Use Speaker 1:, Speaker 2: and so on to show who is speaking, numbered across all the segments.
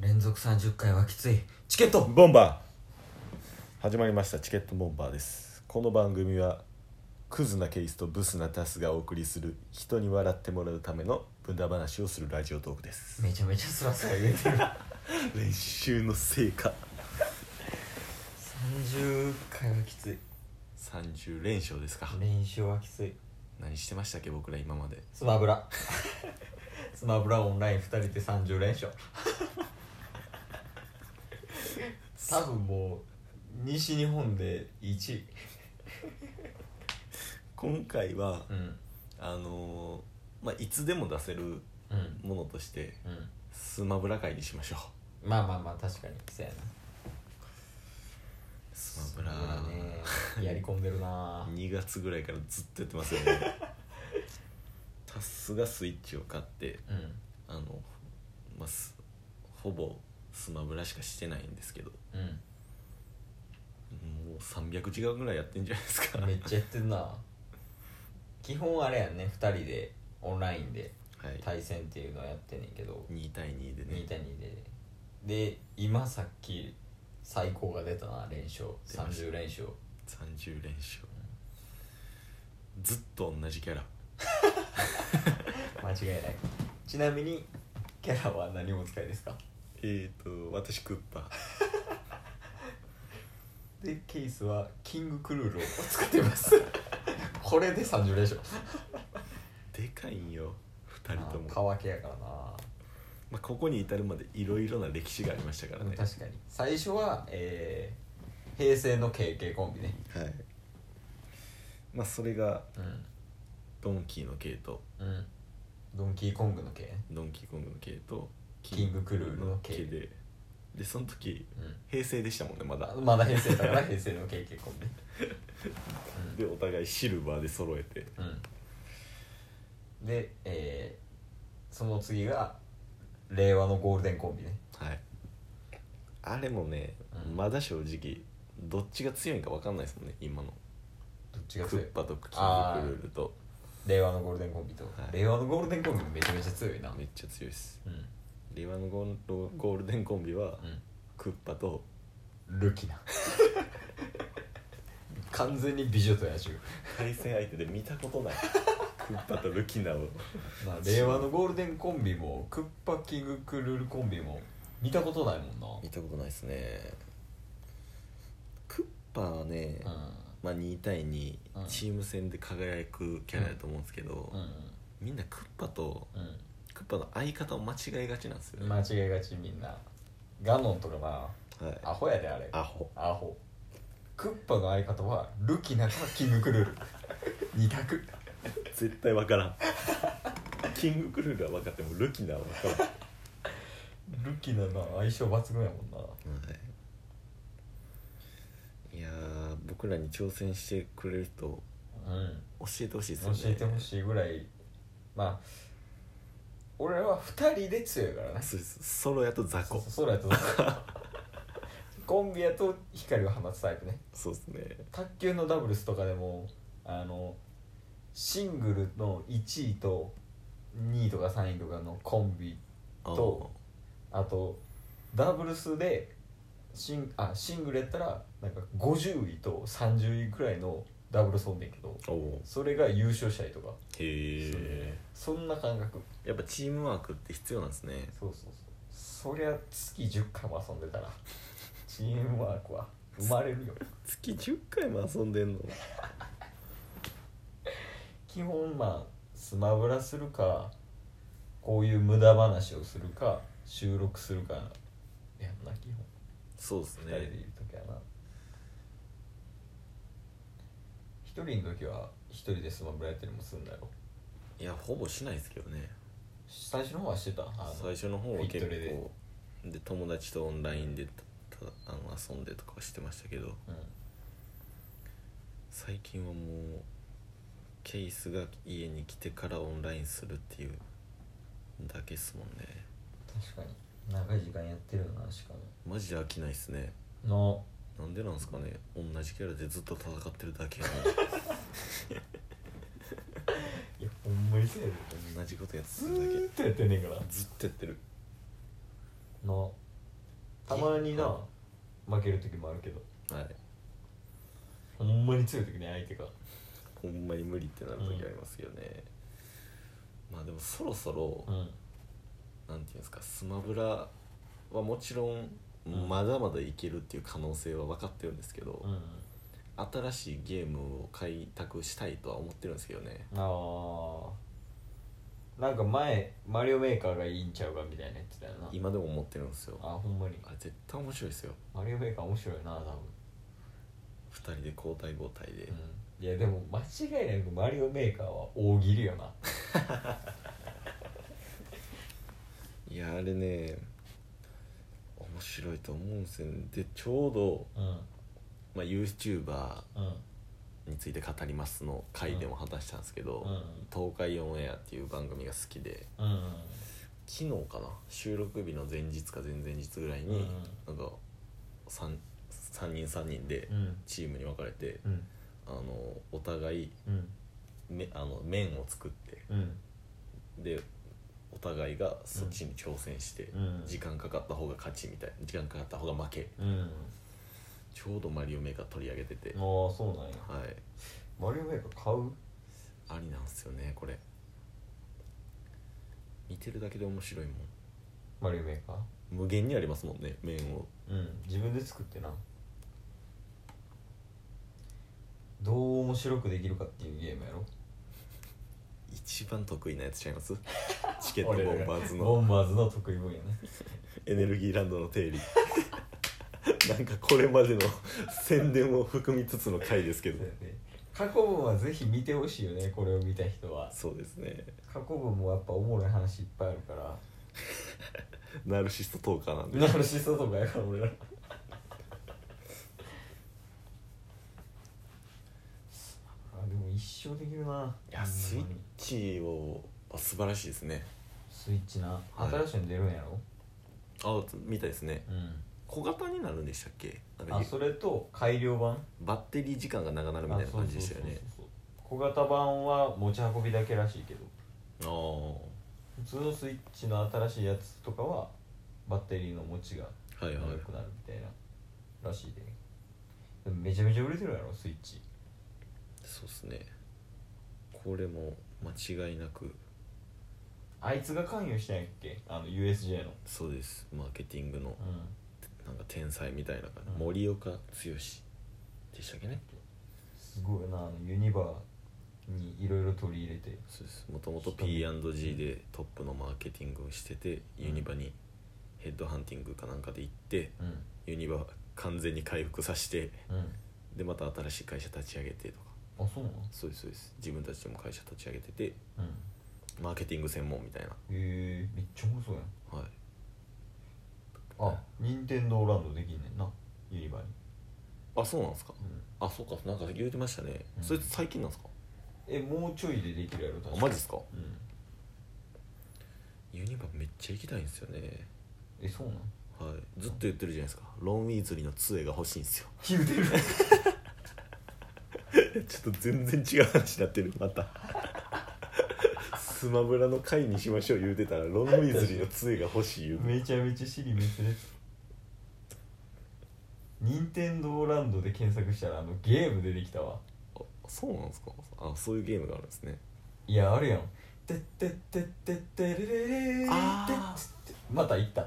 Speaker 1: 連続30回はきついチケット
Speaker 2: ボンバー始まりましたチケットボンバーですこの番組はクズなケイスとブスなタスがお送りする人に笑ってもらうための無駄話をするラジオトークです
Speaker 1: めちゃめちゃスラスラ言えてる
Speaker 2: 練習の成果
Speaker 1: 30回はきつい
Speaker 2: 30連勝ですか
Speaker 1: 練習はきつい
Speaker 2: 何してましたっけ僕ら今まで
Speaker 1: スマ ブラスマブラオンライン2人で30連勝多分もう西日本で1位
Speaker 2: 今回は
Speaker 1: うん
Speaker 2: あのーまあいつでも出せる
Speaker 1: うん
Speaker 2: ものとして
Speaker 1: うん
Speaker 2: スマブラ会にしましょう
Speaker 1: まあまあまあ確かにそうやな
Speaker 2: スマブラ
Speaker 1: スマブラねやり込んでるな
Speaker 2: 2月ぐらいからずっとやってますよね タスがスイッチを買って
Speaker 1: うん
Speaker 2: あの、まあ、すほぼスマブラしかしてないんですけども
Speaker 1: うん
Speaker 2: う300時間ぐらいやってんじゃないですかは
Speaker 1: め
Speaker 2: い
Speaker 1: っちゃやってんな基本あれやんね2人でオンラインで対戦っていうのをやってんねんけど、
Speaker 2: 2対2でね
Speaker 1: 2対2でで今さっき最高が出たな連勝
Speaker 2: 出ました
Speaker 1: 30連勝
Speaker 2: 30連勝ずっと同じキャラ
Speaker 1: 間違いないちなみにキャラは何をお使いですか
Speaker 2: えっ、と私クッパ
Speaker 1: でケースはキングクルールを使ってます これで30連勝
Speaker 2: でかいんよ2人とも
Speaker 1: 乾けやからな
Speaker 2: まあ、ここに至るまでいろいろな歴史がありましたからね
Speaker 1: 確かに最初は、えー平成の KK コンビね
Speaker 2: はいまあそれが
Speaker 1: う
Speaker 2: ドンキーの系と
Speaker 1: んうんドンキーコングの K ね
Speaker 2: ドンキーコングの系と
Speaker 1: キングクルールの系
Speaker 2: 系ででその時
Speaker 1: う
Speaker 2: 平成でしたもんねまだ
Speaker 1: んまだ平成だから平成の KK コンビ
Speaker 2: でお互いシルバーで揃えて
Speaker 1: うんで、えーその次が令和のゴールデンコンビね
Speaker 2: はいあれもね、
Speaker 1: うん
Speaker 2: まだ正直どっちが強いんか分かんないですもんね今の
Speaker 1: どっち
Speaker 2: ク
Speaker 1: が強い
Speaker 2: ッパとキングクルールと
Speaker 1: 令和のゴールデンコンビと、
Speaker 2: はい
Speaker 1: 令和のゴールデンコンビもめちゃめちゃ強いな
Speaker 2: めっちゃ強いです
Speaker 1: うん、
Speaker 2: 令和のゴールゴールデンコンビはクッパと
Speaker 1: うん、ル キナ完全に美女と野獣、
Speaker 2: 対戦相手で見たこと ないクッパとルキナを
Speaker 1: まあ、令和のゴールデンコンビもクッパキングクルールコンビも見たことないもん
Speaker 2: 見たことないですねクッパはね、
Speaker 1: な
Speaker 2: まあ、2対2
Speaker 1: うん
Speaker 2: チーム戦で輝くキャラやと思うんですけど、
Speaker 1: うんうん
Speaker 2: みんなクッパと
Speaker 1: うん
Speaker 2: クッパの相方を間違えがちなんですよ
Speaker 1: うん
Speaker 2: ね、
Speaker 1: 間違いがちみんなガノンとかな
Speaker 2: はい
Speaker 1: アホやであれ
Speaker 2: アホ
Speaker 1: アホクッパの相方はルキナかキングクルール二択
Speaker 2: 絶対分からんキングクルールは分かってもルキナは分からん、
Speaker 1: ルキナの相性抜群やもんな
Speaker 2: はい、いやー僕らに挑戦してくれると
Speaker 1: うん
Speaker 2: 教えてほしいです
Speaker 1: 教
Speaker 2: よね
Speaker 1: えてほしいぐらいまあ俺らは二人で強いからな
Speaker 2: そうですソロやと雑
Speaker 1: そう
Speaker 2: 魚
Speaker 1: そうそうやと思うコンビやと光を放つタイプね
Speaker 2: そうですね
Speaker 1: 卓球のダブルスとかでもあのシングルの1位と2位とか3位とかのコンビとあとダブルスでシンあシングルやったらなんか50位と30位くらいのダブルスおんねんけど
Speaker 2: おお
Speaker 1: それが優勝したりとか
Speaker 2: へえ
Speaker 1: そんな感覚
Speaker 2: やっぱチームワークって必要なんですね
Speaker 1: そうそうそうそりゃ月10回も遊んでたらチームワークは生まれるよ
Speaker 2: 月10回も遊んでんの
Speaker 1: 基本まあスマブラするかこういう無駄話をするか収録するかやんな基本
Speaker 2: そうです
Speaker 1: 2人でい
Speaker 2: ね
Speaker 1: る時はな一人の時は一人でスマブラやったりもするんだろ
Speaker 2: いやほぼしないですけどね
Speaker 1: 最初の方はしてたあの
Speaker 2: 最初の方は結
Speaker 1: 筋トレで
Speaker 2: 構で友達とオンラインでたたあの遊んでとかはしてましたけど
Speaker 1: うん
Speaker 2: 最近はもうケイスが家に来てからオンラインするっていうだけっすもんね
Speaker 1: 確かに長い時間やってるよなしか
Speaker 2: マジで飽きないっすね
Speaker 1: も
Speaker 2: なんでなんですかね同じキャラでずっと戦ってるだけや
Speaker 1: ないやほんまにせえ
Speaker 2: のに同じことやって
Speaker 1: ず
Speaker 2: るだ
Speaker 1: ーっとやってんねんから
Speaker 2: けずっとやってる
Speaker 1: のたまにな
Speaker 2: は
Speaker 1: 負ける時もあるけど
Speaker 2: はい
Speaker 1: ほんまに強い時ね相手が
Speaker 2: ほんまに無理ってなる時ありますよね、まあでもそろそろ、
Speaker 1: うん
Speaker 2: なんていうんですかスマブラはもちろん
Speaker 1: うん
Speaker 2: まだまだいけるっていう可能性は分かってるんですけど、
Speaker 1: うん
Speaker 2: 新しいゲームを開拓したいとは思ってるんですけどね
Speaker 1: ああなんか前マリオメーカーがいいんちゃうかみたいなやつだよな
Speaker 2: 今でも思ってるんですよ
Speaker 1: あほんまに
Speaker 2: あれ絶対面白いですよ
Speaker 1: マリオメーカー面白いな多分
Speaker 2: 2人で交代交代で、
Speaker 1: うんいやでも間違いなくマリオメーカーは大喜利よない
Speaker 2: やあれね面白いと思うんですよねでちょうど、
Speaker 1: うん
Speaker 2: まあ、YouTuber
Speaker 1: うん
Speaker 2: について語りますの回でも果たしたんですけど、
Speaker 1: うん
Speaker 2: 東海オンエアっていう番組が好きで
Speaker 1: うん
Speaker 2: 昨日かな収録日の前日か前々日ぐらいに、なんか 3, 三人3人で
Speaker 1: うん
Speaker 2: チームに分かれて、
Speaker 1: うん
Speaker 2: あのお互い
Speaker 1: うん
Speaker 2: めあの麺を作って
Speaker 1: うん
Speaker 2: でお互いがそっちに挑戦して、
Speaker 1: うん
Speaker 2: 時間かかった方が勝ちみたいな時間かかった方が負け
Speaker 1: うん
Speaker 2: ちょうどマリオメーカー取り上げてて、
Speaker 1: ああそうなんや
Speaker 2: はい
Speaker 1: マリオメーカー買う
Speaker 2: ありなんですよねこれ見てるだけで面白いもん
Speaker 1: マリオメーカー
Speaker 2: 無限にありますもんね麺を
Speaker 1: うん自分で作ってなどう面白くできるかっていうゲームやろ
Speaker 2: 一番得意なやつちゃいます チケットボンバーズ
Speaker 1: ボ
Speaker 2: の
Speaker 1: ンバーズの得意分野ね
Speaker 2: エネルギーランドの定理 なんかこれまでの宣伝を含みつつの回ですけ
Speaker 1: そう
Speaker 2: ど
Speaker 1: やね過去分はぜひ見てほしいよねこれを見た人は
Speaker 2: そうですね
Speaker 1: 過去分もやっぱおもろい話いっぱいある から
Speaker 2: ナルシストトーカーなんで
Speaker 1: ナルシストとかやから俺らあでも一生できるない
Speaker 2: いやスイッチをあ素晴らしいですね
Speaker 1: スイッチな
Speaker 2: はい
Speaker 1: 新しいの出るんやろ、
Speaker 2: あみたいですね
Speaker 1: うん
Speaker 2: 小型になるんでしたっけなんか
Speaker 1: あそれと改良版
Speaker 2: バッテリー時間が長なるみたいな感じでしたよね
Speaker 1: あそうそうそうそう小型版は持ち運びだけらしいけど
Speaker 2: あ
Speaker 1: 普通のスイッチの新しいやつとかはバッテリーの持ちが
Speaker 2: あはい
Speaker 1: 長
Speaker 2: はい
Speaker 1: くなるみたいならしいで,、でもめちゃめちゃ売れてるやろスイッチ
Speaker 2: そうですねこれも間違いなく
Speaker 1: あいつが関与したんやっけあの USJ の
Speaker 2: そうですマーケティング
Speaker 1: う
Speaker 2: の
Speaker 1: ん
Speaker 2: なんか天才みたいな感じ、
Speaker 1: うん
Speaker 2: 森岡剛でしたっけね
Speaker 1: すごいなあのユニバーにいろいろ取り入れて
Speaker 2: そうですもともと P&G でトップのマーケティングをしてて、ユニバにヘッドハンティングかなんかで行って
Speaker 1: うん
Speaker 2: ユニバ完全に回復させて
Speaker 1: うん
Speaker 2: でまた新しい会社立ち上げてとか
Speaker 1: あそうなの
Speaker 2: そうですそうです自分たちでも会社立ち上げてて
Speaker 1: うん
Speaker 2: マーケティング専門みたいな
Speaker 1: へえめっちゃ面白いやん
Speaker 2: はい
Speaker 1: あ任天堂ランドできんねんなユニバーに、
Speaker 2: あそうなんですか
Speaker 1: うん、
Speaker 2: あそうかなんか言うてましたね、
Speaker 1: うん
Speaker 2: それ最近なんですか
Speaker 1: えもうちょいでできるやろ確か
Speaker 2: あマジですか
Speaker 1: うん
Speaker 2: ユニバめっちゃ行きたいんですよね
Speaker 1: えそうなん
Speaker 2: はいずっと言ってるじゃないですかロン・ウィーズリーの杖が欲しいんですよ
Speaker 1: 言うてる
Speaker 2: ちょっと全然違う話になってるまたスマブラの回にしましょう言うてたらロン・ウィーズリーの杖が欲しい言うて
Speaker 1: めちゃめちゃ尻滅裂任天堂ランドで検索したらあのゲーム出てきたわ
Speaker 2: あそうなんですかあそういうゲームがあるんですね
Speaker 1: いやあるやんてってってってってれれれれ
Speaker 2: あー
Speaker 1: てってまた行った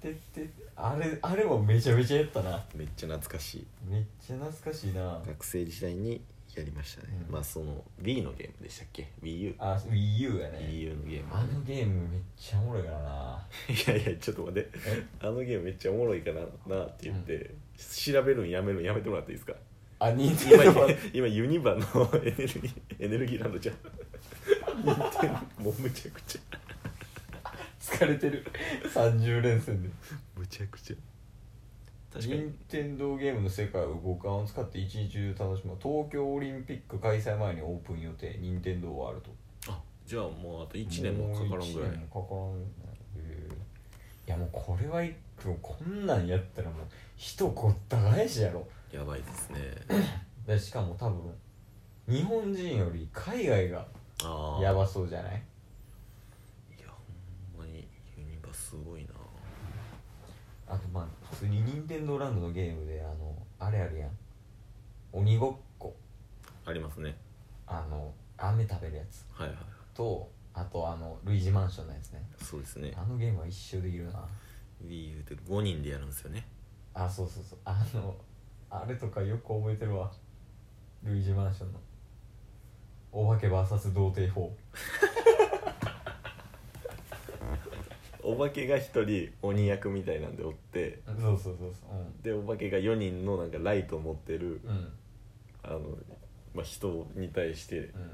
Speaker 1: てってあれあれもめちゃめちゃやったな
Speaker 2: めっちゃ懐かしい
Speaker 1: めっちゃ懐かしいな
Speaker 2: 学生時代にやりましたね、
Speaker 1: うん
Speaker 2: まあその B のゲームでしたっけ WiiU
Speaker 1: あ WiiU やね
Speaker 2: WiiU のゲーム
Speaker 1: あのゲームめっちゃおもろいからない
Speaker 2: やいやちょっと待って
Speaker 1: え
Speaker 2: あのゲームめっちゃおもろいからなって言って、調べるんやめるんやめてもらっていいですか
Speaker 1: あ任
Speaker 2: 今
Speaker 1: 天堂ラン
Speaker 2: 今ユニバのエネルギーエネルギーランドじゃん任天堂もうむちゃくちゃ
Speaker 1: ド疲れてる30連戦で
Speaker 2: むちゃくちゃ確かに
Speaker 1: 任天堂ゲームの世界を五感を使って一日中楽しむ東京オリンピック開催前にオープン予定任天堂ワールド
Speaker 2: あじゃあもうあと1年もかからんぐら
Speaker 1: もう一年
Speaker 2: い
Speaker 1: もかからんぐらいへえいやもうこれはいもうこんなんやったらもう人ごった返しやろ
Speaker 2: やばいですね
Speaker 1: でしかも多分日本人より海外が
Speaker 2: ああ
Speaker 1: やばそうじゃない
Speaker 2: いやほんまにユニバ
Speaker 1: まあ普通に任天堂ランドのゲームであのあれあるやん鬼ごっこ
Speaker 2: ありますね
Speaker 1: あの飴食べるやつ
Speaker 2: はいはい
Speaker 1: とあとあのルイージマンションのやつね
Speaker 2: そうですね
Speaker 1: あのゲームは一生できるな
Speaker 2: WiiU って5人でやるんですよね
Speaker 1: あそうそうそうあのあれとかよく覚えてるわルイージマンションのお化け VS 童貞法
Speaker 2: お化けが1人鬼役みたいなんでおって
Speaker 1: そうそうそうそう
Speaker 2: でお化けが4人のなんかライトを持ってる
Speaker 1: うんうん
Speaker 2: あの、まあ、人に対して
Speaker 1: うん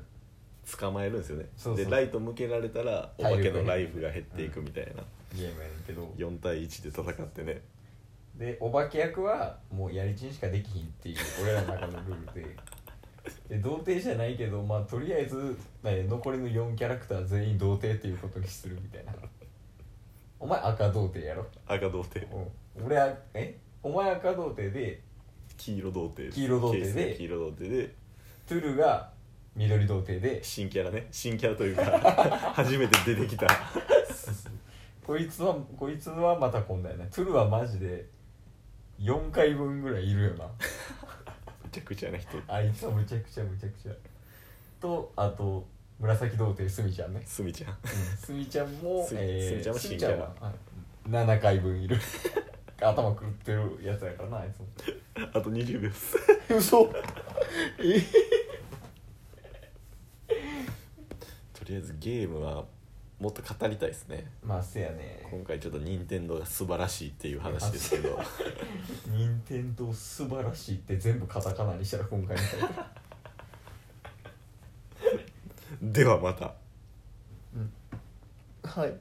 Speaker 2: 捕まえるんですよね
Speaker 1: そうそう
Speaker 2: でライト向けられたらお化けのライフが減っていくみたいな、
Speaker 1: ゲームやねんけど
Speaker 2: 4対1で戦ってね
Speaker 1: でお化け役はもうやりちんしかできひんっていう俺らの中のルールでで童貞じゃないけどまあとりあえず、ね、残りの4キャラクター全員童貞っていうことにするみたいなお前赤童貞やろ、
Speaker 2: 赤童貞
Speaker 1: うん、俺はえお前赤童貞で
Speaker 2: 黄色童貞
Speaker 1: 黄色童貞で
Speaker 2: ケースね黄色童貞で
Speaker 1: トゥルが緑童貞で
Speaker 2: 新キャラね新キャ ラというか初めて出てきた
Speaker 1: こいつはこいつはまた今度やなトゥルはマジで4回分ぐらいいるよな
Speaker 2: めちゃくちゃな人
Speaker 1: あいつはむちゃくちゃむちゃくちゃとあと紫童貞スミちゃんね
Speaker 2: すみちゃん
Speaker 1: スミちゃんも
Speaker 2: スミ
Speaker 1: えー
Speaker 2: スミちゃんも
Speaker 1: ス
Speaker 2: 新
Speaker 1: ミ
Speaker 2: キャラ
Speaker 1: は7回分いる 頭狂ってるやつやからなあいつも
Speaker 2: あと20秒っす
Speaker 1: 嘘え
Speaker 2: とりあえずゲームはもっと語りたいですね
Speaker 1: まあせやね
Speaker 2: 今回ちょっと任天堂が素晴らしいっていう話ですけど
Speaker 1: 任天堂素晴らしいって全部カタカナにしたら今回みたいな
Speaker 2: ではまた
Speaker 1: はい